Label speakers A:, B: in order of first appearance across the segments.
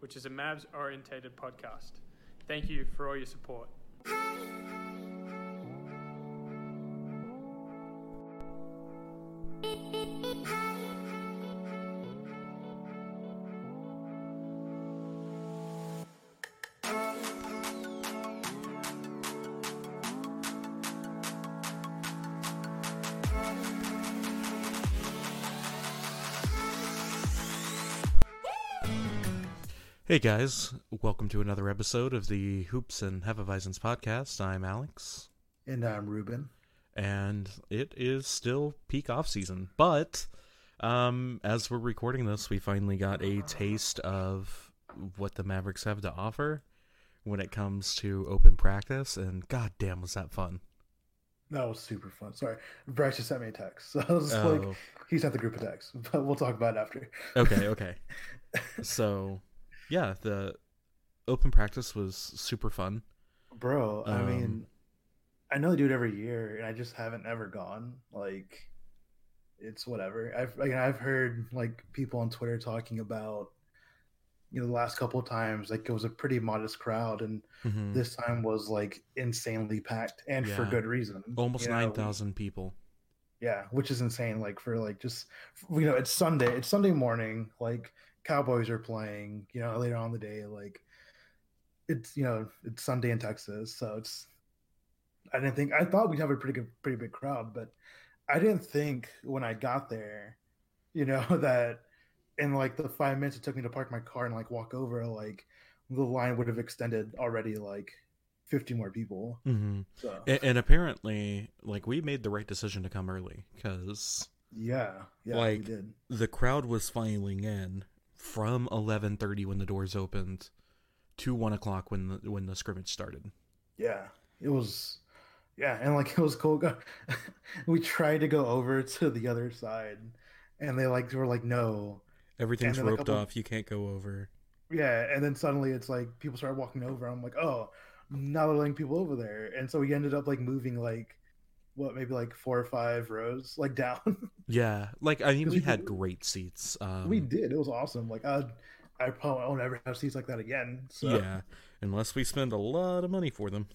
A: which is a Mavs orientated podcast. Thank you for all your support.
B: Hey guys, welcome to another episode of the Hoops and Hefeweizens podcast. I'm Alex,
C: And I'm Ruben.
B: and it is still peak off season. But um, as we're recording this, we finally got a taste of what the Mavericks have to offer when it comes to open practice, and goddamn, was that fun!
C: That was super fun. Sorry, Bryce just sent me a text. So I was just like,
B: Oh.
C: he sent the group a text, but we'll talk about it after.
B: Okay, okay. so, yeah, the open practice was super fun.
C: Bro, I
B: Um,
C: mean, I know they do it every year, and I just haven't ever gone. Like, it's whatever. I've like, I've heard like people on Twitter talking about, you know, the last couple of times like it was a pretty modest crowd, and
B: Mhm.
C: this time was like insanely packed, and for
B: Yeah.
C: good reason.
B: Almost
C: you know?
B: nine thousand people.
C: Yeah, which is insane. Like for like just you know, it's Sunday. It's Sunday morning. Like Cowboys are playing. You know, later on in the day. Like it's you know it's Sunday in Texas, so it's. I didn't think I thought we'd have a pretty good, pretty big crowd, but I didn't think when I got there, you know, that in like the five minutes it took me to park my car and like walk over, like the line would have extended already like fifty more people.
B: Mm-hmm.
C: So
B: And, and apparently, like we made the right decision to come early because
C: yeah, yeah, we
B: like-
C: did.
B: the crowd was filing in from eleven thirty when the doors opened to one o'clock when the, when the scrimmage started.
C: Yeah, it was. Yeah, and like it was cool. go- we tried to go over to the other side, and they like were like no.
B: Everything's
C: And then a
B: roped
C: couple-
B: off. You can't go over.
C: Yeah, and then suddenly it's like people started walking over. I'm like, oh, now they're letting people over there, and so we ended up like moving like what maybe like four or five rows like down.
B: Yeah, like I mean,
C: 'Cause
B: we
C: we-
B: had great seats. Um,
C: we did. It was awesome. Like I, I probably won't ever have seats like that again. So
B: Yeah, unless we spend a lot of money for them.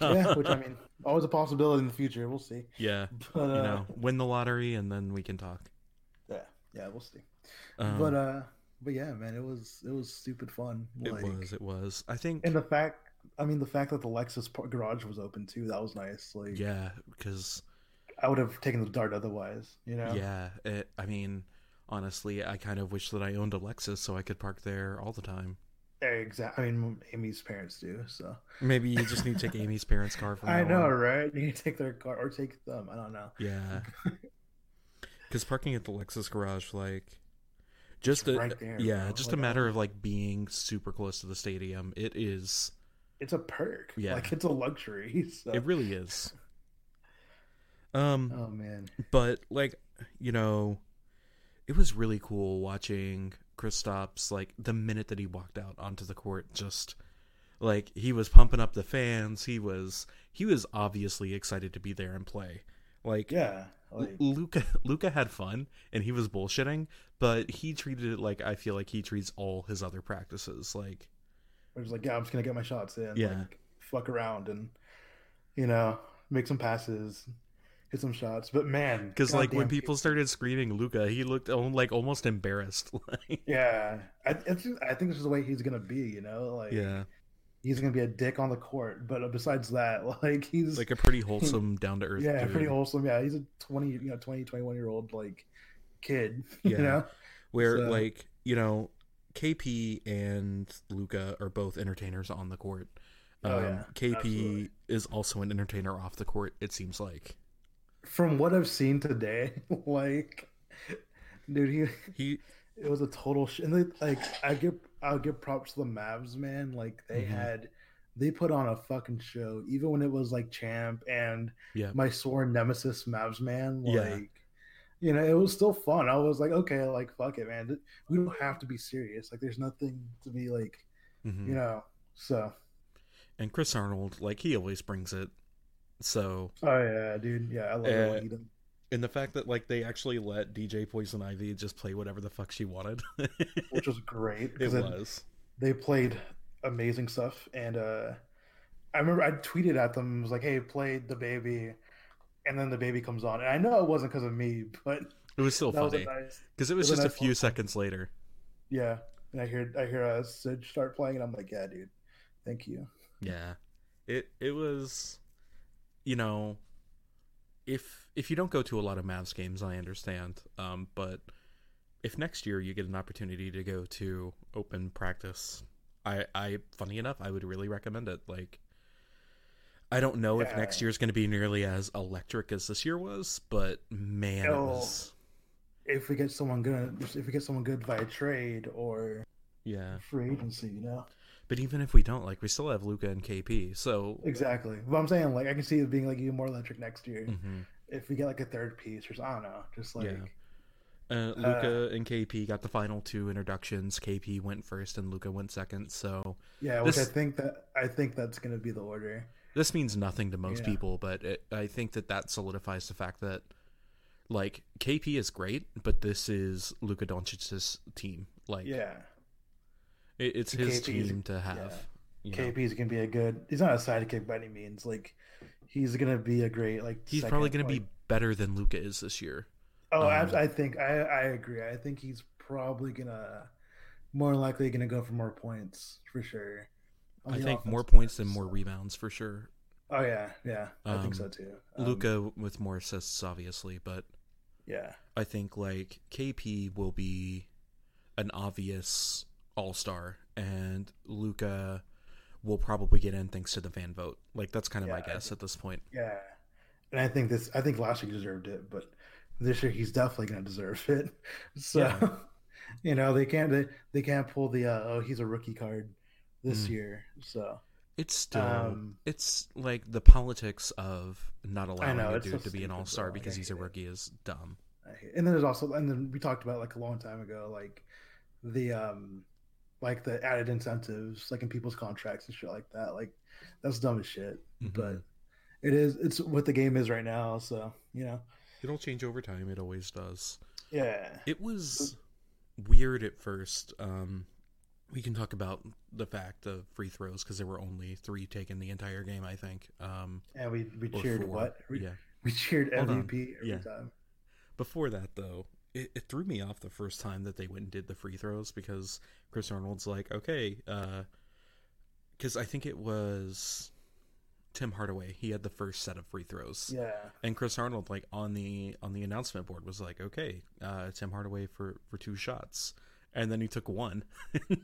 C: yeah, which I mean, always a possibility in the future. We'll see.
B: yeah,
C: But
B: you
C: uh,
B: know, win the lottery and then we can talk.
C: yeah, yeah, we'll see.
B: Um,
C: but uh but yeah man it was it was stupid fun
B: it
C: like
B: was, it was. I think.
C: and the fact i mean the fact that the lexus par- garage was open too that was nice like
B: yeah, because
C: i would have taken the dart otherwise you know
B: Yeah, it, I mean, honestly, I kind of wish that I owned a Lexus so I could park there all the time.
C: exactly i mean amy's parents do so
B: Maybe you just need to take Amy's parents' car from
C: i
B: now
C: know
B: on.
C: right you take their car or take them i don't know
B: Yeah, because parking at the Lexus garage, like, just
C: It's
B: a,
C: right there,
B: yeah,
C: bro.
B: just a
C: Like,
B: matter of like being super close to the stadium. It is.
C: it's a perk
B: Yeah.
C: like it's a luxury so
B: It really is. Um,
C: oh man
B: but like you know it was really cool watching Kristaps like the minute that he walked out onto the court just like he was pumping up the fans he was he was obviously excited to be there and play like
C: yeah
B: L-
C: like
B: Luca Luca had fun and he was bullshitting but he treated it like I feel like he treats all his other practices like
C: we're just like yeah i'm just gonna get my shots in
B: Yeah.
C: like fuck around and you know make some passes hit some shots but man
B: cuz like when
C: goddamn,
B: people started screaming Luca he looked al- like almost embarrassed like
C: Yeah, I, it's just- I think this is the way he's gonna be. You know, like
B: yeah
C: he's gonna be a dick on the court, but besides that, like he's
B: like a pretty wholesome down to earth
C: yeah,
B: dude.
C: pretty wholesome. Yeah, he's a twenty, you know, 20, 21 year old like kid.
B: Yeah.
C: You know,
B: where
C: So-
B: like you know kp and luca are both entertainers on the court um,
C: Oh, yeah.
B: kp
C: Absolutely.
B: is also an entertainer off the court it seems like
C: from what I've seen today, like dude, he
B: he
C: it was a total sh- and they, like I give I'll give props to the Mavs man like they
B: Mhm.
C: had they put on a fucking show even when it was like champ and
B: Yeah.
C: my sworn nemesis Mavs man like
B: Yeah.
C: you know it was still fun I was like okay like fuck it man we don't have to be serious like there's nothing to be like
B: Mhm.
C: you know so
B: And Chris Arnold, like he always brings it. So
C: oh yeah dude yeah I love
B: Uh,
C: it when he does-
B: and the fact that like they actually let DJ Poison Ivy just play whatever the fuck she wanted.
C: which was great
B: it
C: because it,
B: was.
C: they played amazing stuff and uh i remember i tweeted at them was like hey play the baby and then the baby comes on and i know it wasn't because of me but
B: It was still
C: that was a
B: funny.
C: nice
B: Because it was
C: it was
B: just
C: a
B: a
C: nice
B: few
C: little-
B: seconds later.
C: yeah and i hear i hear uh sid start playing and i'm like yeah dude thank you
B: Yeah. It it was you know if if you don't go to a lot of Mavs games, I understand. Um, but if next year you get an opportunity to go to open practice, I I funny enough, I would really recommend it. Like I don't know if next
C: Yeah.
B: year's going to be nearly as electric as this year was, but man, it
C: Oh.
B: was
C: if we get someone good if we get someone good via trade or
B: yeah.
C: free agency you know
B: But even if we don't, like we still have Luca and KP. So
C: exactly but i'm saying like i can see it being like even more electric next year
B: Mhm.
C: if we get like a third piece or something i don't know just like
B: Yeah. Uh, Luca and KP got the final two introductions. KP went first and Luca went second. So
C: yeah which
B: This-
C: i think that i think that's gonna be the order
B: this means nothing to most
C: Yeah.
B: people, but it, I think that that solidifies the fact that like KP is great, but this is Luca Doncic's team. Like
C: yeah
B: it, it's his
C: KP is-
B: team to have. you
C: yeah.
B: know.
C: KP is gonna be a good. He's not a sidekick by any means. Like he's gonna be a great like.
B: He's probably
C: second,
B: going to be
C: like-
B: better than Luca is this year.
C: Oh,
B: um,
C: I, I think I I agree. I think he's probably gonna more likely gonna go for more points for sure. on
B: I
C: the
B: think
C: offensive
B: more
C: side,
B: points than
C: so-
B: more rebounds for sure.
C: Oh yeah, yeah. I
B: Um,
C: think so too. Um,
B: Luca with more assists, obviously, but
C: Yeah.
B: I think like KP will be an obvious all star, and Luca will probably get in thanks to the fan vote. Like that's kind of my
C: Yeah, I
B: guess at this point.
C: Yeah. And I think this I think last year he deserved it, but this year he's definitely gonna deserve it. So
B: Yeah.
C: you know, they can't they, they can't pull the uh, oh he's a rookie card this
B: Mm.
C: year. So
B: It's still
C: Um,
B: it's like the politics of not allowing
C: know,
B: a
C: it's so
B: dude to be an
C: stupid,
B: all star
C: though. Like,
B: because
C: I
B: he's a
C: hate it.
B: rookie is dumb.
C: I hate- and then there's also and then we talked about like a long time ago like the um like the added incentives like in people's contracts and shit like that like that's dumb as shit but
B: Mhm.
C: it is it's what the game is right now so you know
B: it'll change over time. It always does.
C: yeah
B: It was weird at first. Um, we can talk about the fact of free throws because there were only three taken the entire game. I think. Um,
C: and we we
B: or
C: cheered
B: four.
C: what we,
B: Yeah.
C: we cheered
B: Hold on.
C: MVP every
B: Yeah.
C: time
B: Before that, though, it, it threw me off the first time that they went and did the free throws because Chris Arnold's like, okay, because I think it was Tim Hardaway. He had the first set of free throws,
C: yeah
B: and Chris Arnold, like on the on the announcement board, was like, okay, uh, Tim Hardaway for for two shots, and then he took one,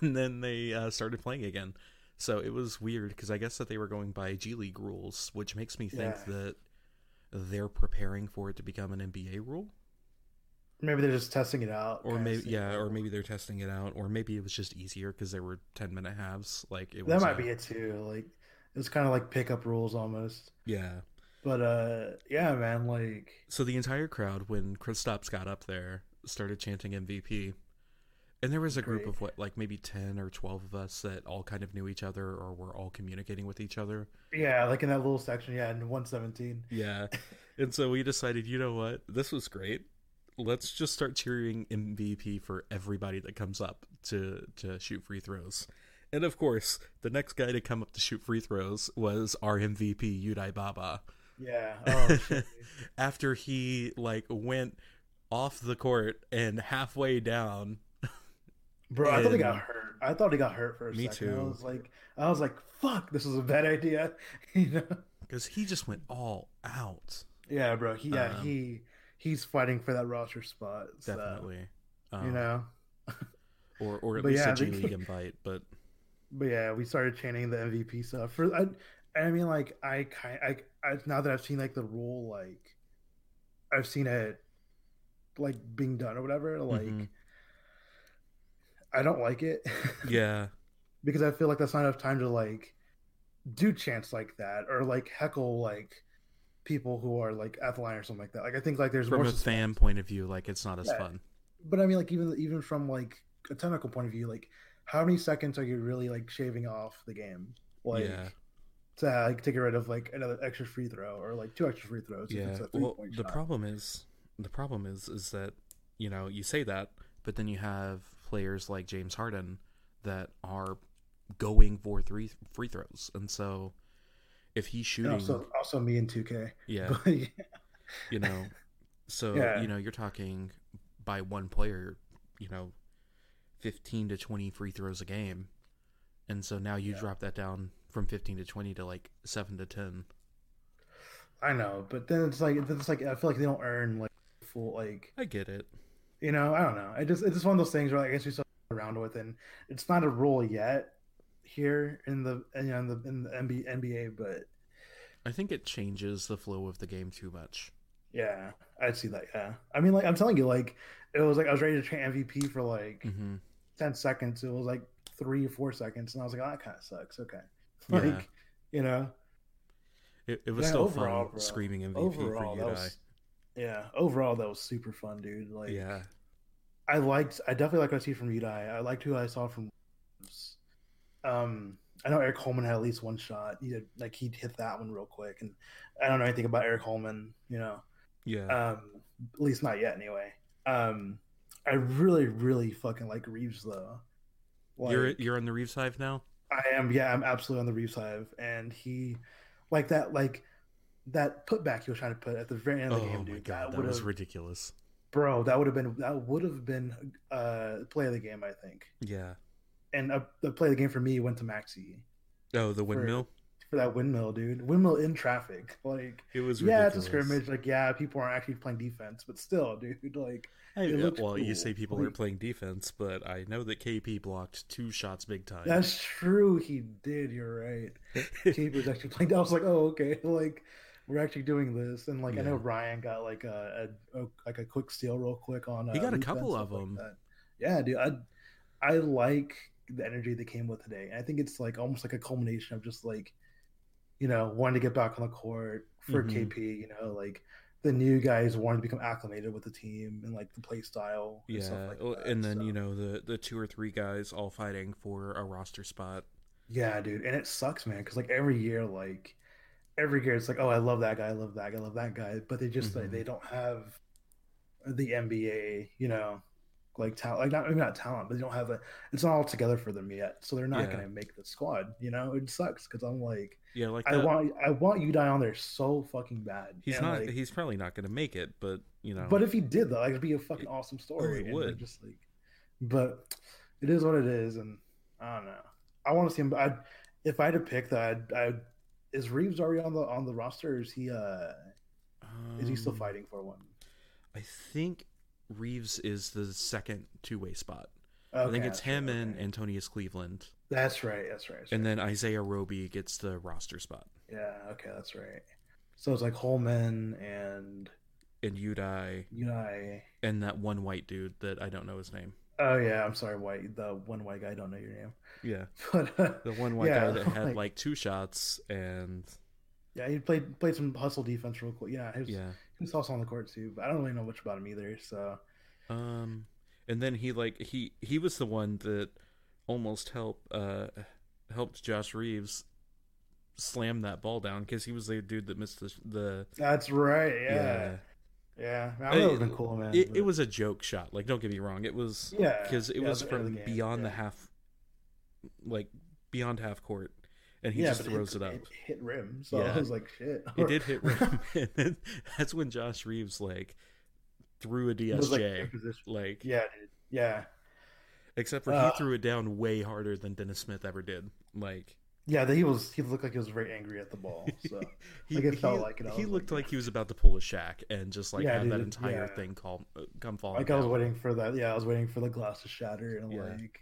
B: and then they uh, started playing again. So it was weird because I guess that they were going by G League rules, which makes me think
C: Yeah.
B: that they're preparing for it to become an NBA rule
C: maybe they're just testing it out
B: or
C: kinda
B: maybe
C: seeing
B: yeah,
C: how
B: or
C: it
B: maybe they're testing it out, or maybe it was just easier because there were ten minute halves. Like it
C: works. that
B: was
C: might
B: a-
C: be it too like it's kind of like pickup rules almost
B: Yeah.
C: but uh yeah man like
B: So the entire crowd, when Kristaps got up there, started chanting MVP, and there was a group
C: Great.
B: of what, like maybe ten or twelve of us that all kind of knew each other or were all communicating with each other.
C: yeah like in that little section yeah in 117
B: Yeah. and so we decided, you know what, this was great. Let's just start cheering MVP for everybody that comes up to to shoot free throws. And of course, the next guy to come up to shoot free throws was our MVP, Udai Baba.
C: Yeah. Oh, shit.
B: After he like went off the court and halfway down,
C: bro, I thought he got
B: And-
C: hurt. I thought he got hurt for a
B: Me
C: second. I
B: too.
C: was like, I was like, fuck, this is a bad idea. you know?
B: because he just went all out.
C: Yeah, bro. He, yeah,
B: Um,
C: he he's fighting for that roster spot. So,
B: Definitely, um,
C: You know.
B: or or at
C: but
B: least
C: yeah,
B: a
C: I
B: G
C: think-
B: League invite. But
C: But yeah, we started chanting the MVP stuff. For I, I mean, like I kind, I, I now that I've seen like the rule, like I've seen it, like being done or whatever. Like
B: Mhm.
C: I don't like it
B: Yeah.
C: because I feel like that's not enough time to like do chants like that or like heckle like people who are like at the line or something like that. Like I think like there's
B: From
C: more
B: a
C: suspense.
B: fan point of view, like it's not as
C: Yeah.
B: fun.
C: But I mean, like even even from like a technical point of view, like how many seconds are you really like shaving off the game, like
B: Yeah.
C: to like take it rid of like another extra free throw or like two extra free throws? if
B: Yeah.
C: it's a
B: Well,
C: three-point
B: the
C: shot.
B: problem is the problem is is that you know you say that, but then you have players like James Harden that are going for three free throws, and so if he's
C: And
B: shooting,
C: also also me in 2K.
B: yeah,
C: But, yeah.
B: you know, so
C: Yeah.
B: you know you're talking by one player, you know, fifteen to twenty free throws a game, and so now you
C: Yeah.
B: drop that down from fifteen to twenty to like seven to ten.
C: I know, but then it's like then it's like I feel like they don't earn like full like
B: I get it.
C: you know I don't know. I just it's just one of those things where like, I guess we still around with, and it's not a rule yet here in the you know, in the in the NBA, NBA, but
B: I think it changes the flow of the game too much.
C: yeah, I'd see that. Yeah, I mean, like I'm telling you, like it was like I was ready to train MVP for like
B: hmm
C: ten seconds. It was like three or four seconds, and I was like, oh, that kind of sucks. Okay,
B: Yeah.
C: like you know,
B: It, it was
C: Yeah,
B: still
C: overall,
B: fun
C: bro.
B: screaming MVP
C: overall
B: for you
C: that
B: and
C: was yeah, overall that was super fun, dude. Like
B: yeah,
C: I liked. I definitely liked what I see from Udai. I liked who I saw from. Um, I know Eric Holman had at least one shot. He did, like he hit that one real quick, and I don't know anything about Eric Holman. You know,
B: yeah.
C: um, at least not yet. Anyway, um, I really, really fucking like Reeves though. uh, Like,
B: you're you're on the Reeves Hive now.
C: I am. Yeah, I'm absolutely on the Reeves hive, and he, like that, like that putback he was trying to put at the very end
B: Oh
C: of the game,
B: my
C: dude.
B: god, that,
C: would've-
B: was ridiculous.
C: bro. That would have been that would have been uh play of the game, I think
B: Yeah.
C: and uh, the play of the game for me went to Maxi
B: Oh, the windmill.
C: for that windmill, dude. Windmill in traffic, like
B: It was
C: yeah,
B: ridiculous.
C: it's a scrimmage. Like yeah, people aren't actually playing defense, but still, dude, like
B: I-
C: It
B: uh,
C: looked
B: well, you
C: cool.
B: say people
C: Like-
B: are playing defense, but I know that KP blocked two shots big time.
C: that's true. He did. You're right. Keeper was actually playing. I was like, oh okay, like we're actually doing this. And like I know
B: Yeah.
C: Ryan got like a, a, a like a quick steal real quick on.
B: He got a
C: uh, Luka and
B: couple
C: stuff
B: of
C: like
B: them.
C: that. yeah, dude. I I like the energy they came with today. And I think it's like almost like a culmination of just like you know wanting to get back on the court for
B: Mhm.
C: KP. You know, like the new guys wanting to become acclimated with the team and like the play style. And
B: yeah,
C: stuff like
B: well,
C: that,
B: and then
C: so.
B: you know the the two or three guys all fighting for a roster spot.
C: Yeah, dude, and it sucks, man, because like every year, like every year, it's like, oh, I love that guy, I love that guy, I love that guy, but they just
B: Mhm.
C: like they don't have the NBA, you know, like talent, like not maybe not talent, but they don't have the. It's not all together for them yet, so they're not
B: Yeah.
C: gonna make the squad. You know, it sucks because I'm like,
B: Yeah, like
C: I
B: that-
C: want, I want you die on there so fucking bad.
B: He's
C: and,
B: not.
C: like,
B: he's probably not going to make it, but you know.
C: but if he did though, like, it'd be a fucking
B: It- Oh,
C: awesome story.
B: it
C: and,
B: would.
C: Like, just like, but it is what it is, and I don't know. I want to see him. But I'd, if I had to pick, that I'd, I'd, is Reeves already on the on the roster? Or is he? uh Is he still
B: Um,
C: fighting for one?
B: I think Reeves is the second two way spot. I
C: Okay,
B: think it's
C: that's right,
B: him and
C: okay.
B: Antonius Cleveland,
C: That's right. That's right. That's
B: and
C: right.
B: then Isaiah Roby gets the roster spot,
C: yeah. Okay, that's right. So it's like Holman and
B: and Udai,
C: Unai.
B: and that one white dude that I don't know his name.
C: Oh yeah, I'm sorry, white. The one white guy. I don't know your name,
B: Yeah,
C: but uh,
B: the one white
C: Yeah,
B: guy that had
C: like-
B: like two shots, and
C: yeah, he played played some hustle defense real quick. Yeah, he was,
B: yeah,
C: he was also on the court too, but I don't really know much about him either. So
B: um, and then he like he he was the one that almost helped uh helped Josh Reeves slam that ball down because he was the dude that missed the the
C: That's right. Yeah. Yeah. I mean, that would have been cool, man.
B: It, it
C: but-
B: was a joke shot. Like, don't get me wrong. It was
C: Yeah.
B: because it
C: yeah,
B: was
C: at the end of
B: from
C: the game,
B: beyond the
C: yeah.
B: half, like beyond half court, and he
C: Yeah,
B: just
C: but
B: throws it,
C: hit,
B: up.
C: It hit rim. So
B: Yeah.
C: I was like, shit.
B: It did hit rim. and then that's when Josh Reeves like threw a
C: It was, like,
B: DSJ. Like,
C: imposition. yeah, dude. Yeah.
B: except for
C: Ah.
B: he threw it down way harder than Dennis Smith ever did. Like
C: Yeah, that he was he looked like he was very angry at the ball. So
B: he
C: Like, it
B: he,
C: felt like it. I
B: he
C: was
B: looked
C: like-
B: like he was about to pull a shack and just like
C: Yeah,
B: have that
C: dude,
B: entire
C: yeah.
B: thing call uh, come falling.
C: like I was
B: down.
C: waiting for that. Yeah, I was waiting for the glass to shatter and
B: Yeah.
C: like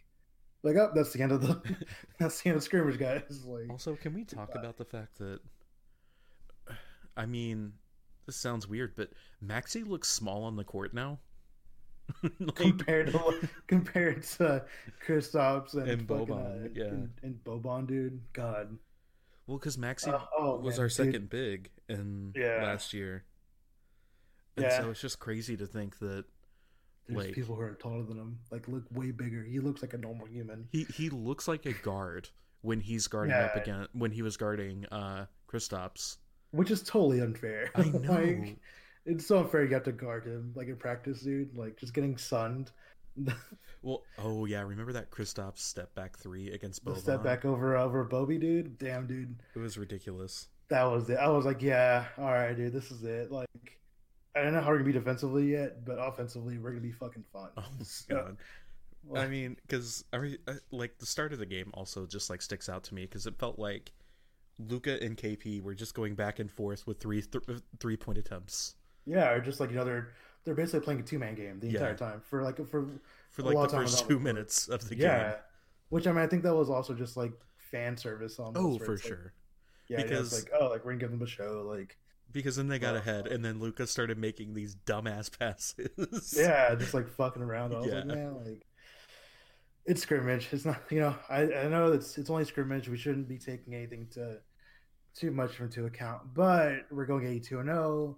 C: like oh that's the end of the that's the end of the scrimmage guys. Like
B: Also, can we talk
C: Goodbye.
B: about the fact that I mean, this sounds weird, but Maxi looks small on the court now. Like,
C: compared to compared to Kristaps and,
B: And
C: fucking,
B: Boban,
C: uh,
B: yeah.
C: and, and Boban, dude. God,
B: well, because Maxi
C: Uh, oh,
B: was
C: man,
B: our
C: dude.
B: second big in
C: Yeah.
B: last year, and
C: Yeah.
B: so it's just crazy to think that
C: there's
B: Like-
C: people who are taller than him, like look way bigger. He looks like a normal human.
B: he he looks like a guard when he's guarding up
C: Yeah.
B: again when he was guarding uh Kristaps.
C: which is totally unfair.
B: I know.
C: like, it's so unfair. You have to guard him, like in practice, dude. Like just getting sunned. the
B: Well, oh yeah, remember that Kristaps step back three against Boban?
C: step back over over Bobby, dude. Damn, dude.
B: It was ridiculous.
C: That was it. I was like, yeah, all right, dude. This is it. Like, I don't know how we're gonna be defensively yet, but offensively, we're gonna be fucking fun.
B: Oh my
C: So,
B: god! I
C: like,
B: mean, because I, re- I like the start of the game also just like sticks out to me because it felt like Luca and KP were just going back and forth with three th- three point attempts
C: yeah, or just like you know, they're they're basically playing a two man game the
B: Yeah.
C: entire time for like for
B: for
C: A
B: like
C: lot
B: the
C: of time
B: first
C: without
B: two
C: the-
B: minutes of the
C: yeah.
B: game.
C: Which I mean, I think that was also just like fan service. Almost,
B: Oh,
C: where
B: for
C: it's like-
B: sure.
C: Yeah, because
B: Because-
C: like oh, like we're gonna give them a show, like.
B: Because then they got
C: Uh,
B: ahead, and then Luca started making these dumbass passes.
C: Yeah, just like fucking around. I was
B: Yeah.
C: like, man, like it's scrimmage. It's not, you know, I, I know it's it's only scrimmage. We shouldn't be taking anything to too much into account, but we're going 82 and 0.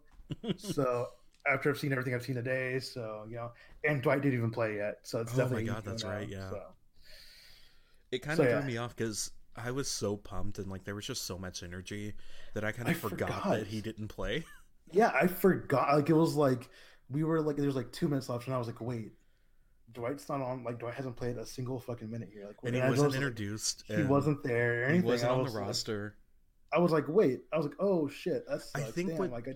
C: So after I've seen everything I've seen today, so you know, and Dwight didn't even play yet, so it's
B: Oh my
C: definitely
B: God,
C: 82
B: that's
C: and
B: right,
C: 0,
B: yeah.
C: so.
B: It kind
C: So,
B: of
C: yeah.
B: threw me off because I was so pumped and like there was just so much energy that I kind
C: I
B: of forgot,
C: forgot.
B: that he didn't play.
C: Yeah, I forgot. Like it was like we were like there's like two minutes left, and I was like, wait, Dwight's not on. Like Dwight hasn't played a single fucking minute here. Like
B: and he
C: I
B: wasn't
C: was like,
B: introduced.
C: He
B: and
C: wasn't there. Or
B: He
C: anything.
B: wasn't
C: I
B: on
C: was
B: the
C: like-
B: roster.
C: I was like, wait. I was like, oh shit, that's.
B: I think
C: Damn,
B: what-
C: like I,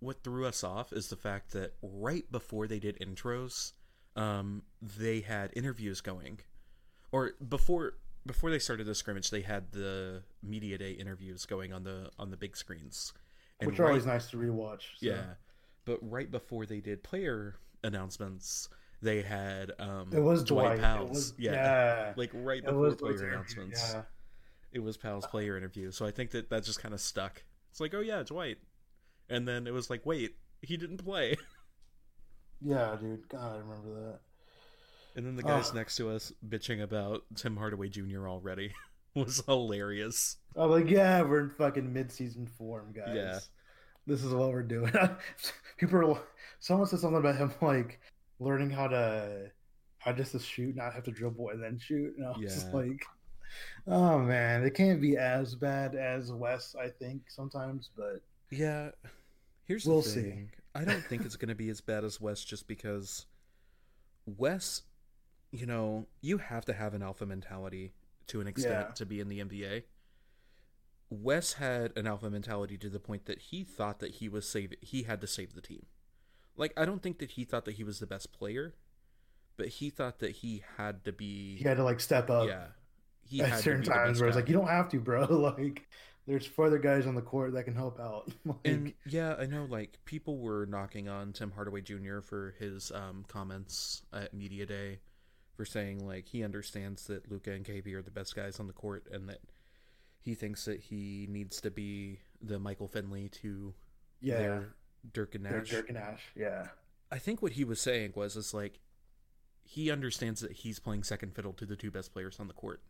B: What threw us off is the fact that right before they did intros, um, they had interviews going, or before before they started the scrimmage, they had the media day interviews going on the on the big screens.
C: which are
B: right-
C: always nice to rewatch. so.
B: yeah. But right before they did player announcements, they had um,
C: it was
B: Dwight
C: Dwight.
B: Powell's.
C: It was,
B: yeah.
C: yeah.
B: like right
C: it
B: before
C: was
B: player
C: Dwight's interview,
B: announcements.
C: Yeah.
B: It was Pal's player interview, so I think that that just kind of stuck. It's like, oh yeah, Dwight, and then it was like, wait, he didn't play.
C: yeah, dude. God, I remember that.
B: And then the guys
C: Ugh.
B: next to us bitching about Tim Hardaway Jr. already was hilarious.
C: I was like, yeah, we're in fucking mid-season form, guys.
B: Yeah.
C: This is what we're doing. People are. Someone said something about him like learning how to how just to shoot, not have to dribble and then shoot. And I was just
B: Yeah.
C: like, oh man, it can't be as bad as Wes. I think sometimes, but
B: Yeah, here's
C: the We'll see. thing.
B: I don't think it's going to be as bad as Wes, just because Wes, you know, you have to have an alpha mentality to an extent
C: Yeah.
B: to be in the NBA. Wes had an alpha mentality to the point that he thought that he was save he had to save the team. Like I don't think that he thought that he was the best player, but he thought that he had to be
C: he had to like step up.
B: yeah. He
C: at
B: had to
C: certain
B: be the
C: times
B: best
C: where it's
B: guy.
C: like you don't have to, bro. Like there's further guys on the court that can help out. like,
B: And yeah, I know like people were knocking on Tim Hardaway Jr. for his um, comments at media day for saying like he understands that Luca and KP are the best guys on the court and that he thinks that he needs to be the Michael Finley to
C: yeah,
B: their Dirk and
C: they're
B: Nash. Uh,
C: Dirk and Ash. Yeah,
B: I think what he was saying was is like he understands that he's playing second fiddle to the two best players on the court.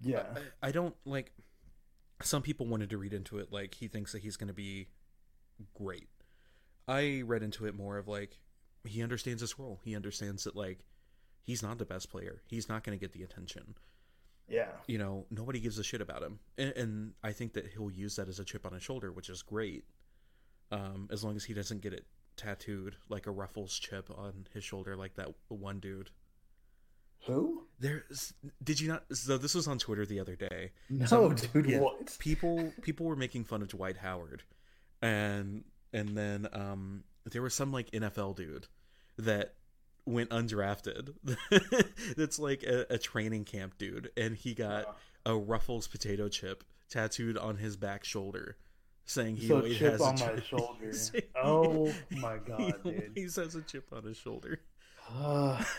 C: yeah.
B: I, I don't like. Some people wanted to read into it like he thinks that he's going to be great. I read into it more of like he understands his role. He understands that like he's not the best player. He's not going to get the attention.
C: yeah,
B: You know, nobody gives a shit about him, and, and I think that he'll use that as a chip on his shoulder, which is great. Um, as long as he doesn't get it tattooed like a Ruffles chip on his shoulder, like that one dude.
C: Who?
B: There's, did you not? So this was on Twitter the other day.
C: No,
B: Some-
C: dude.
B: yeah.
C: What?
B: people people were making fun of Dwight Howard, and and then um there was some like NFL dude that went undrafted. That's like a, a training camp dude, and he got a Ruffles potato chip tattooed on his back shoulder, saying he
C: so
B: always
C: chip
B: has
C: on
B: a
C: my
B: chip.
C: shoulder.
B: saying
C: oh my
B: he
C: god, dude.
B: always has a chip on his shoulder,
C: Ugh. Ah,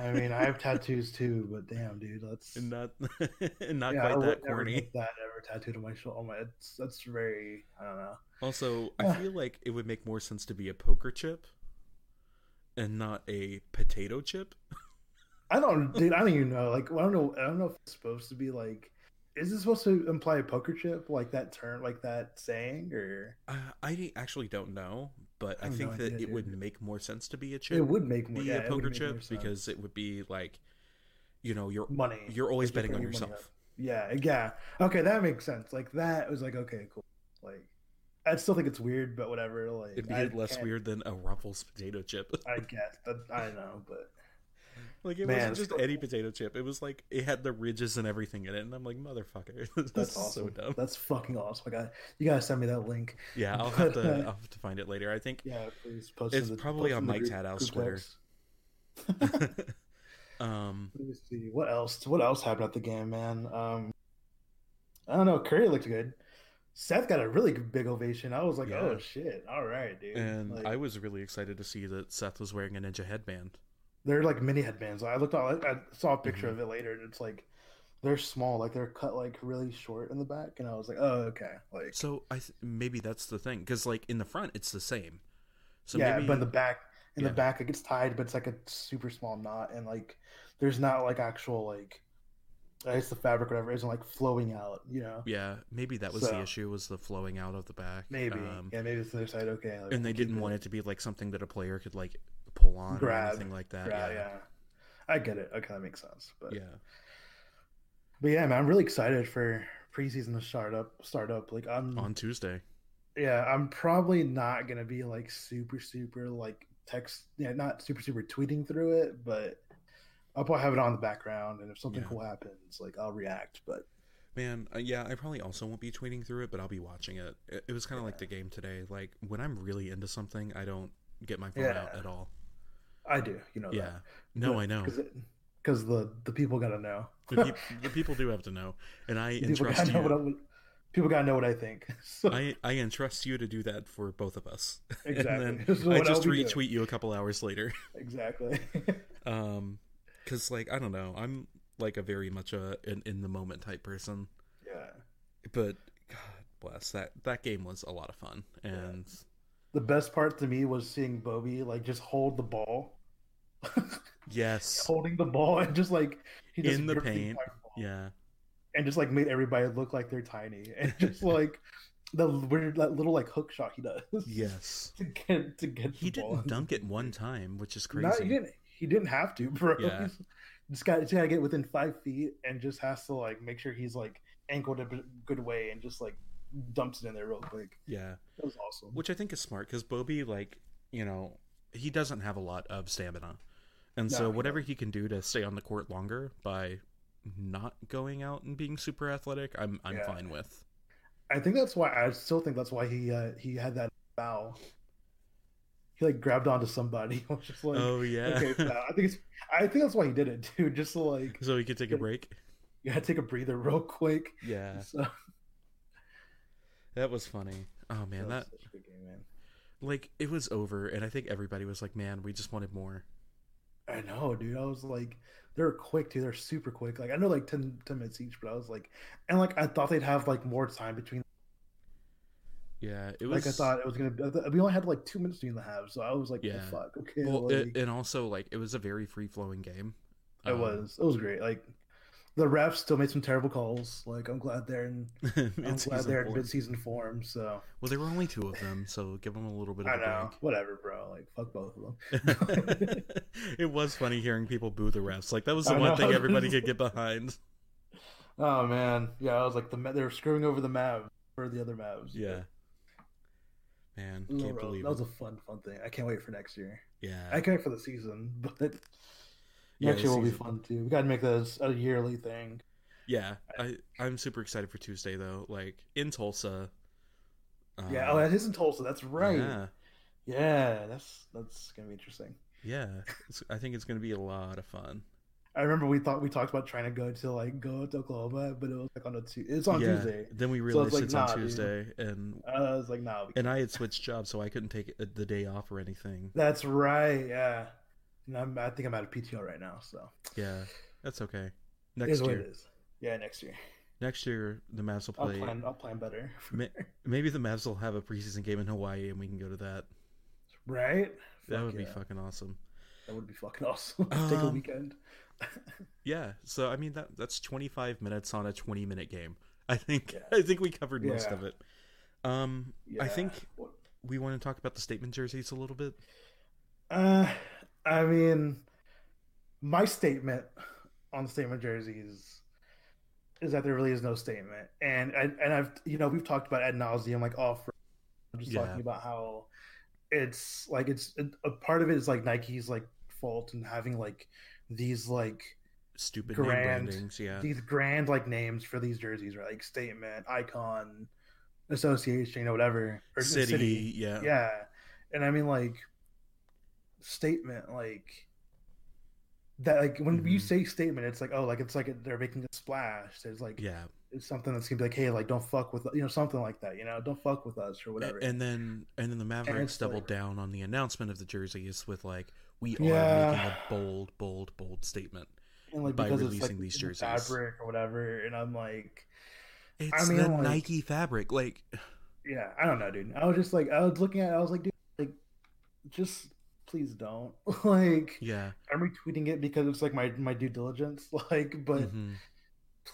C: I mean, I have tattoos too, but damn, dude, that's
B: and not and not
C: yeah, I
B: quite
C: would
B: that
C: never
B: corny.
C: get that ever tattooed on my shoulder. Oh my, it's, that's very. I don't know.
B: Also,
C: Uh.
B: I feel like it would make more sense to be a poker chip and not a potato chip?
C: I don't, dude. I don't even know. Like, I don't know. I don't know if it's supposed to be like. Is this supposed to imply a poker chip, like that term, like that saying, or
B: Uh, I di- actually don't know, but I,
C: I have
B: think
C: no
B: that
C: idea,
B: it would
C: dude.
B: make more sense to be a chip.
C: it would make more
B: be
C: yeah,
B: a
C: it would
B: poker
C: make more
B: chip
C: sense.
B: because it would be like, you know, you're
C: money.
B: you're always
C: Like, you're
B: betting on
C: putting your money
B: yourself.
C: yeah, yeah. Okay, that makes sense. Like that was like okay, cool. Like, I still think it's weird, but whatever. Like,
B: It'd
C: I
B: be less
C: can't-
B: weird than a Ruffles potato chip.
C: I guess. That, I know, but
B: like it
C: Man,
B: wasn't
C: it's
B: just
C: so
B: any
C: cool.
B: potato chip. It was like it had the ridges and everything in it, and I'm like, motherfucker, this
C: that's
B: is
C: awesome.
B: so dumb.
C: That's fucking awesome. I got you. Gotta send me that link.
B: Yeah, I'll have to
C: But, uh,
B: I'll have to find it later. I think
C: Yeah, please post.
B: It's
C: in the-
B: probably
C: post
B: on
C: in the
B: Mike's
C: group-
B: Hathouse
C: group
B: Twitter.
C: text.
B: um
C: Let me see what else. What else happened at the game, man? Um, I don't know. Curry looked good. Seth got a really big ovation. I was like,
B: Yeah.
C: "Oh shit! All right, dude."
B: and
C: like,
B: I was really excited to see that Seth was wearing a ninja headband.
C: they're like mini headbands. I looked all. I saw a picture
B: Mm-hmm.
C: of it later, and it's like they're small. Like they're cut like really short in the back, and I was like, "Oh, okay." Like,
B: So I th- maybe that's the thing cuz like in the front it's the same. So
C: yeah,
B: maybe
C: but in the back, in
B: yeah.
C: the back, it gets tied, but it's like a super small knot, and like there's not like actual like, I guess the fabric, or whatever, isn't like flowing out. You know,
B: yeah, maybe that was the
C: So-
B: issue was the flowing out of the back.
C: maybe.
B: Um,
C: yeah, maybe it's the other side. Okay, like,
B: and they
C: keep
B: didn't
C: it.
B: want it to be like something that a player could like pull on or
C: Grab,
B: anything like that.
C: Yeah,
B: yeah.
C: yeah. I get it. Okay, that makes sense. But
B: Yeah.
C: but yeah, man, I'm really excited for preseason to start up. Start up. Like I'm.
B: On Tuesday.
C: yeah, I'm probably not gonna be like super super like text. Yeah, not super super tweeting through it, but I'll probably have it on in the background. And if something
B: Yeah.
C: cool happens, like I'll react. But
B: Man, uh, yeah, I probably also won't be tweeting through it, but I'll be watching it. It, it was kind of like the game today. Like when I'm really into something, I don't get my phone out
C: Yeah.
B: at all.
C: I do, you know.
B: Yeah. No, I know.
C: Because the the people gotta know.
B: The, peop- the people do have to know, and I
C: people
B: entrust
C: gotta know what
B: you.
C: I, people gotta know what I think. So
B: I, I entrust you to do that for both of us.
C: exactly.
B: And
C: This is
B: then I
C: what I'll
B: just
C: be doing.
B: retweet you a couple hours later.
C: Exactly.
B: Um, cause like I don't know, I'm like a very much a an in the moment type person.
C: yeah.
B: But God bless that that game was a lot of fun, and
C: The best part to me was seeing Bobby like just hold the ball,
B: yes,
C: holding the ball, and just like he just
B: In the
C: gripped
B: paint.
C: entire ball
B: yeah.
C: and just like made everybody look like they're tiny, and just like the weird that little like hook shot he does.
B: Yes.
C: to get to get
B: He
C: the ball.
B: didn't dunk it one time, which is crazy.
C: No, he didn't. He didn't have to, bro.
B: Yeah.
C: Just got just gotta get within five feet and just has to like make sure he's like angled a b- good way and just like dumps it in there real quick.
B: Yeah.
C: That was awesome.
B: Which I think is smart because Bobby, like, you know, he doesn't have a lot of stamina. And
C: No,
B: so
C: he
B: whatever he can do to stay on the court longer by not going out and being super athletic, I'm I'm
C: Yeah.
B: fine with.
C: I think that's why I still think that's why he uh, he had that foul. He like grabbed onto somebody. I was just like,
B: oh yeah.
C: okay, foul. I think it's I think that's why he did it too. Just to like
B: so he could take a break.
C: you gotta take a breather real quick.
B: Yeah.
C: So,
B: That was funny. Oh man, that
C: was such a good game, man.
B: like it was over and I think everybody was like, Man, we just wanted more.
C: I know, dude. I was like, they're quick, dude. They're super quick. Like I know, like 10, 10 minutes each, but I was like, and like I thought they'd have like more time between.
B: Yeah. It was
C: Like I thought it was gonna. be I thought- We only had like two minutes between the halves, so I was like, oh,
B: Yeah.
C: fuck, okay.
B: well,
C: like,
B: it, and also like it was a very free flowing game.
C: It
B: Um,
C: was. It was great. Like the refs still made some terrible calls. Like I'm glad they're in. I'm
B: Um, it's
C: glad
B: season
C: they're in
B: four.
C: mid-season form. So
B: Well, there were only two of them, so give them a little bit of
C: I
B: a
C: know.
B: break.
C: Whatever, bro. Like fuck both of them.
B: it was funny hearing people boo the refs. Like that was the
C: I
B: one
C: know.
B: thing everybody could get behind.
C: Oh man, yeah. I was like the Ma- they were screwing over the Mavs for the other Mavs.
B: Yeah. Man,
C: No,
B: can't
C: bro,
B: believe
C: that was
B: it.
C: a fun, fun thing. I can't wait for next year.
B: Yeah.
C: I can't wait for the season, but
B: Yeah,
C: next year will be
B: season-
C: fun too. We got to make this a yearly thing.
B: Yeah. I I'm super excited for Tuesday though. Like in Tulsa. Uh,
C: yeah. Oh, that is in Tulsa. That's right. Yeah.
B: Yeah.
C: that's that's gonna be interesting.
B: yeah. It's, I think it's going to be a lot of fun.
C: I remember we thought we talked about trying to go to like go to Oklahoma, but it was like on a Tu- it's on
B: yeah.
C: Tuesday.
B: Then we
C: So
B: realized
C: it's
B: it's,
C: like, nah,
B: on
C: dude.
B: Tuesday and
C: I was like, no, we can't.
B: and I had switched jobs so I couldn't take uh, the day off or anything.
C: that's right. Yeah, and I'm, I think I'm out of PTO right now, so
B: Yeah. That's okay.
C: it
B: Next
C: is what
B: year.
C: it is. Yeah, next year
B: Next year the Mavs will
C: I'll
B: play
C: plan. I'll plan better.
B: Ma- Maybe the Mavs will have a preseason game in Hawaii and we can go to that.
C: Right?
B: that would be
C: yeah.
B: fucking awesome.
C: That would be fucking awesome. Take a
B: Um,
C: weekend.
B: Yeah. So I mean that that's 25 minutes on a 20 minute game. I think I think we covered most
C: Yeah.
B: of it. Um I
C: Yeah.
B: think
C: What-
B: we want to talk about the statement jerseys a little bit.
C: Uh, I mean, my statement on the statement jerseys is, that there really is no statement, and and, and I've you know we've talked about ad nauseum like off, just
B: Yeah.
C: talking about how it's like it's a part of it is like Nike's like fault and having like these like
B: Stupid
C: Grand.
B: name brandings, yeah.
C: these grand like names for these jerseys right like statement icon association you know whatever or
B: City, yeah.
C: yeah and i mean like statement like that like when you
B: Mhm.
C: say statement it's like oh like it's like they're making a splash there's like
B: Yeah.
C: it's something that's gonna be like hey like don't fuck with you know something like that you know don't fuck with us or whatever
B: And then and then the Mavericks
C: it's like-
B: doubled down on the announcement of the jerseys with like we are
C: Yeah.
B: making a bold, bold, bold statement.
C: And, like
B: by
C: because it's
B: releasing
C: like
B: these
C: the
B: jerseys.
C: fabric or whatever and i'm like
B: It's
C: mean,
B: the
C: like-
B: Nike fabric. Like
C: yeah i don't know dude i was just like i was looking at it, i was like dude like just please don't like
B: yeah.
C: i'm retweeting it because it's like my my due diligence like but
B: mhm,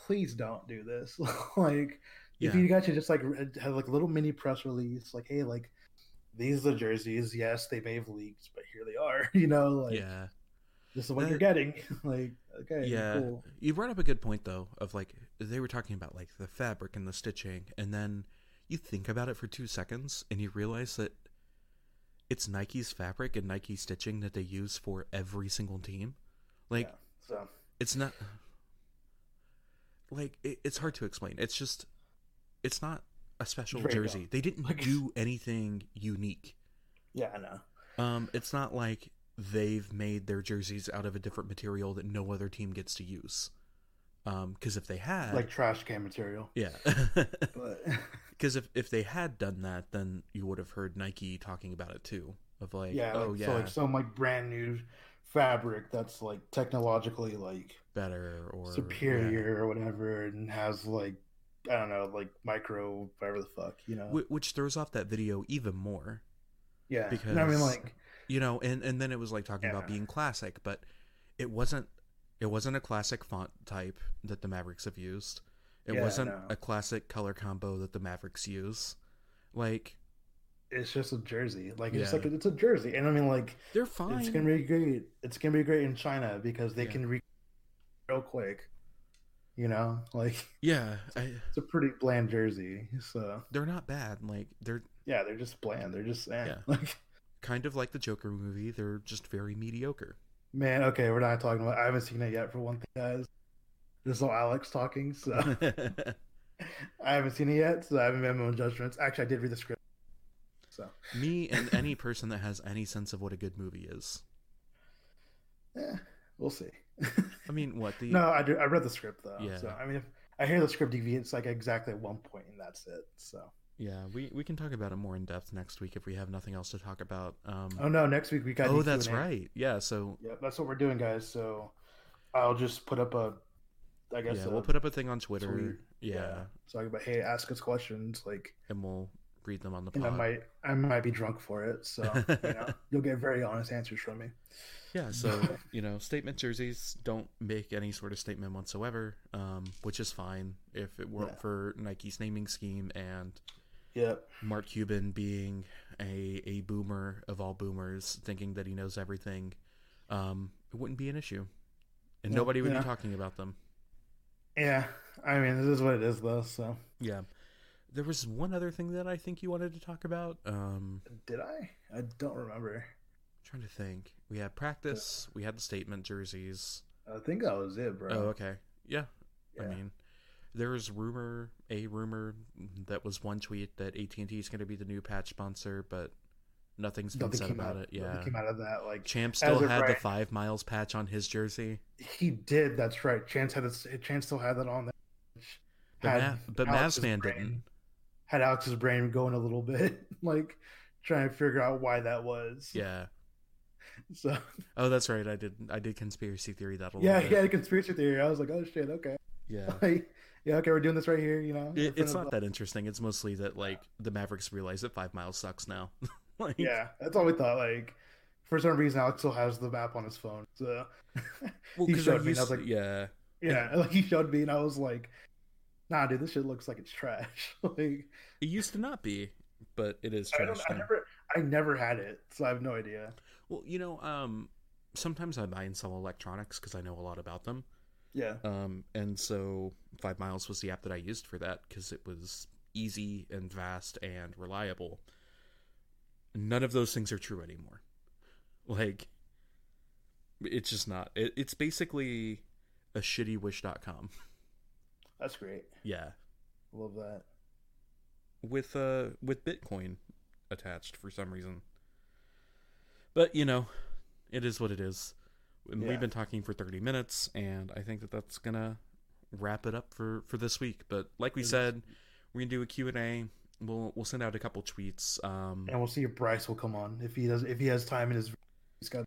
C: please don't do this. like,
B: Yeah.
C: if you got to just like re- have like a little mini press release, like, hey, like these are the jerseys. Yes, they may have leaked, but here they are. You know, like
B: yeah.
C: this is what
B: That-
C: you're getting. like, okay,
B: yeah
C: cool.
B: you brought up a good point though of like they were talking about like the fabric and the stitching and then you think about it for two seconds and you realize that it's nike's fabric and nike stitching that they use for every single team like
C: Yeah. So
B: it's not like it, it's hard to explain it's just it's not a special
C: Very
B: jersey
C: dumb.
B: they didn't
C: Like-
B: do anything unique
C: yeah, I know.
B: um it's not like they've made their jerseys out of a different material that no other team gets to use um because if they had
C: Like trash can material,
B: yeah.
C: but
B: Because if, if they had done that, then you would have heard Nike talking about it too. Of like,
C: yeah,
B: oh
C: like,
B: yeah,
C: so like some like brand new fabric that's like technologically like
B: better or
C: superior or whatever, and has like I don't know, like micro whatever the fuck, you know.
B: yeah. Wh- which throws off that video even more.
C: yeah, and I mean
B: because-
C: like.
B: You know, and and then it was like talking about
C: Yeah.
B: being classic, but it wasn't. It wasn't a classic font type that the Mavericks have used. It
C: Yeah,
B: wasn't
C: no.
B: a classic color combo that the Mavericks use. Like
C: it's just a jersey. Like it's
B: Yeah.
C: like it's a jersey, and I mean like
B: they're fine.
C: it's gonna be great. It's gonna be great in China because they
B: Yeah.
C: can re real quick. You know, like
B: yeah, I,
C: it's a pretty bland jersey. So
B: they're not bad. Like they're
C: yeah, they're just bland. They're just eh.
B: Yeah.
C: like
B: kind of like the Joker movie. They're just very mediocre.
C: man. Okay, we're not talking about. I haven't seen it yet for one thing, guys. This is all Alex talking, so I haven't seen it yet, so I haven't made my own judgments. Actually, I did read the script, so
B: Me and any person that has any sense of what a good movie is.
C: eh, we'll see.
B: I mean, what the?
C: No, I, do, I read the script though.
B: Yeah.
C: So I mean, if I hear the script deviates like exactly at one point, and that's it. So
B: Yeah, we we can talk about it more in depth next week if we have nothing else to talk about. Um,
C: oh no, next week we got.
B: oh,
C: the
B: that's
C: Q&A.
B: right. Yeah, so
C: Yeah, that's what we're doing, guys. So I'll just put up a. I guess uh,
B: yeah,
C: a
B: we'll put up a thing on Twitter.
C: tweet.
B: Yeah,
C: Talking about hey, ask us questions like,
B: and we'll read them on the
C: and
B: pod.
C: I might I might be drunk for it, so you know, you'll get very honest answers from me.
B: Yeah, so you know, statement jerseys don't make any sort of statement whatsoever, um, which is fine if it weren't
C: Yeah.
B: for Nike's naming scheme and
C: Yep.
B: Mark Cuban being a a boomer of all boomers, thinking that he knows everything, um, it wouldn't be an issue, and
C: Yeah,
B: nobody would
C: yeah.
B: be talking about them.
C: Yeah. I mean, this is what it is, though. So
B: Yeah, there was one other thing that I think you wanted to talk about. Um,
C: did I? I don't remember.
B: trying to think. We had practice. We had the statement jerseys.
C: I think that was it, bro.
B: Oh, okay. Yeah,
C: Yeah.
B: I mean, there is rumor a rumor that was one tweet that AT and T is going to be the new patch sponsor, but nothing's been
C: nothing
B: said
C: came
B: about
C: out,
B: it. Yeah.
C: nothing came out of that. Like
B: Champ
C: As
B: still
C: of
B: had the
C: right-
B: five miles patch on his jersey.
C: He did. That's right. Chance had this, Chance still had that on. That
B: But, Ma- but Mavs
C: Alex's
B: man
C: brain-
B: didn't.
C: Had Alex's brain going a little bit, like trying to figure out why that was.
B: Yeah.
C: So
B: Oh, that's right. I did. I did conspiracy theory that a little
C: yeah,
B: bit.
C: he had a conspiracy theory. I was like, oh shit, okay,
B: Yeah.
C: Like, yeah, okay, we're doing this right here. You know, in
B: It,
C: front
B: it's
C: of
B: not
C: the-
B: that interesting. It's mostly that like the Mavericks realize that five miles sucks now. like,
C: Yeah, that's all we thought. Like for some reason, Alex still has the map on his phone. So
B: Well,
C: He
B: 'cause
C: showed
B: I
C: me and I
B: used-
C: was like-
B: yeah,
C: yeah, like he showed me, and I was like, "Nah, dude, this shit looks like it's trash." like
B: it used to not be, but it is
C: I
B: trash.
C: don't, I
B: now.
C: never, I never had it, so I have no idea.
B: Well, you know, um, sometimes I buy and sell electronics because I know a lot about them.
C: Yeah,
B: Um, and so Five Miles was the app that I used for that because it was easy and fast and reliable. None of those things are true anymore. Like, it's just not. It, it's basically a shitty wish.com.
C: that's great.
B: yeah.
C: Love that.
B: With, uh, with Bitcoin attached for some reason. But, you know, it is what it is. And
C: Yeah.
B: We've been talking for 30 minutes, and I think that that's going to wrap it up for, for this week. But like we
C: It is.
B: said, we're going to do a Q&A. We'll, we'll send out a couple tweets. Um,
C: And we'll see if Bryce will come on if he does if he has time in his. He's got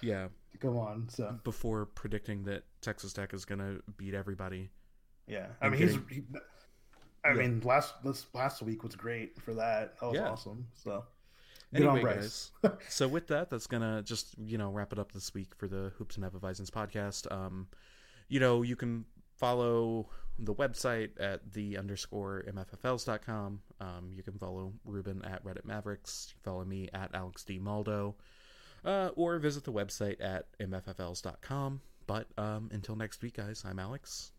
B: yeah,
C: to come on. So
B: before predicting that Texas Tech is going to beat everybody.
C: yeah, I
B: I'm
C: mean he's. He, I
B: Yeah.
C: mean last this last week was great for that. That was
B: Yeah.
C: awesome. So good
B: Anyway,
C: on Bryce.
B: guys, so with that, that's gonna just you know wrap it up this week for the Hoops and Evavisons podcast. Um, you know, you can follow the website at the underscore mffls.com. Um, you can follow Ruben at Reddit Mavericks. You can follow me at Alex D Maldo, uh, or visit the website at mffls.com. But um, until next week, guys, I'm Alex,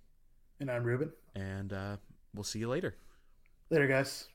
C: And I'm Ruben.
B: and uh, we'll see you later.
C: Later, guys.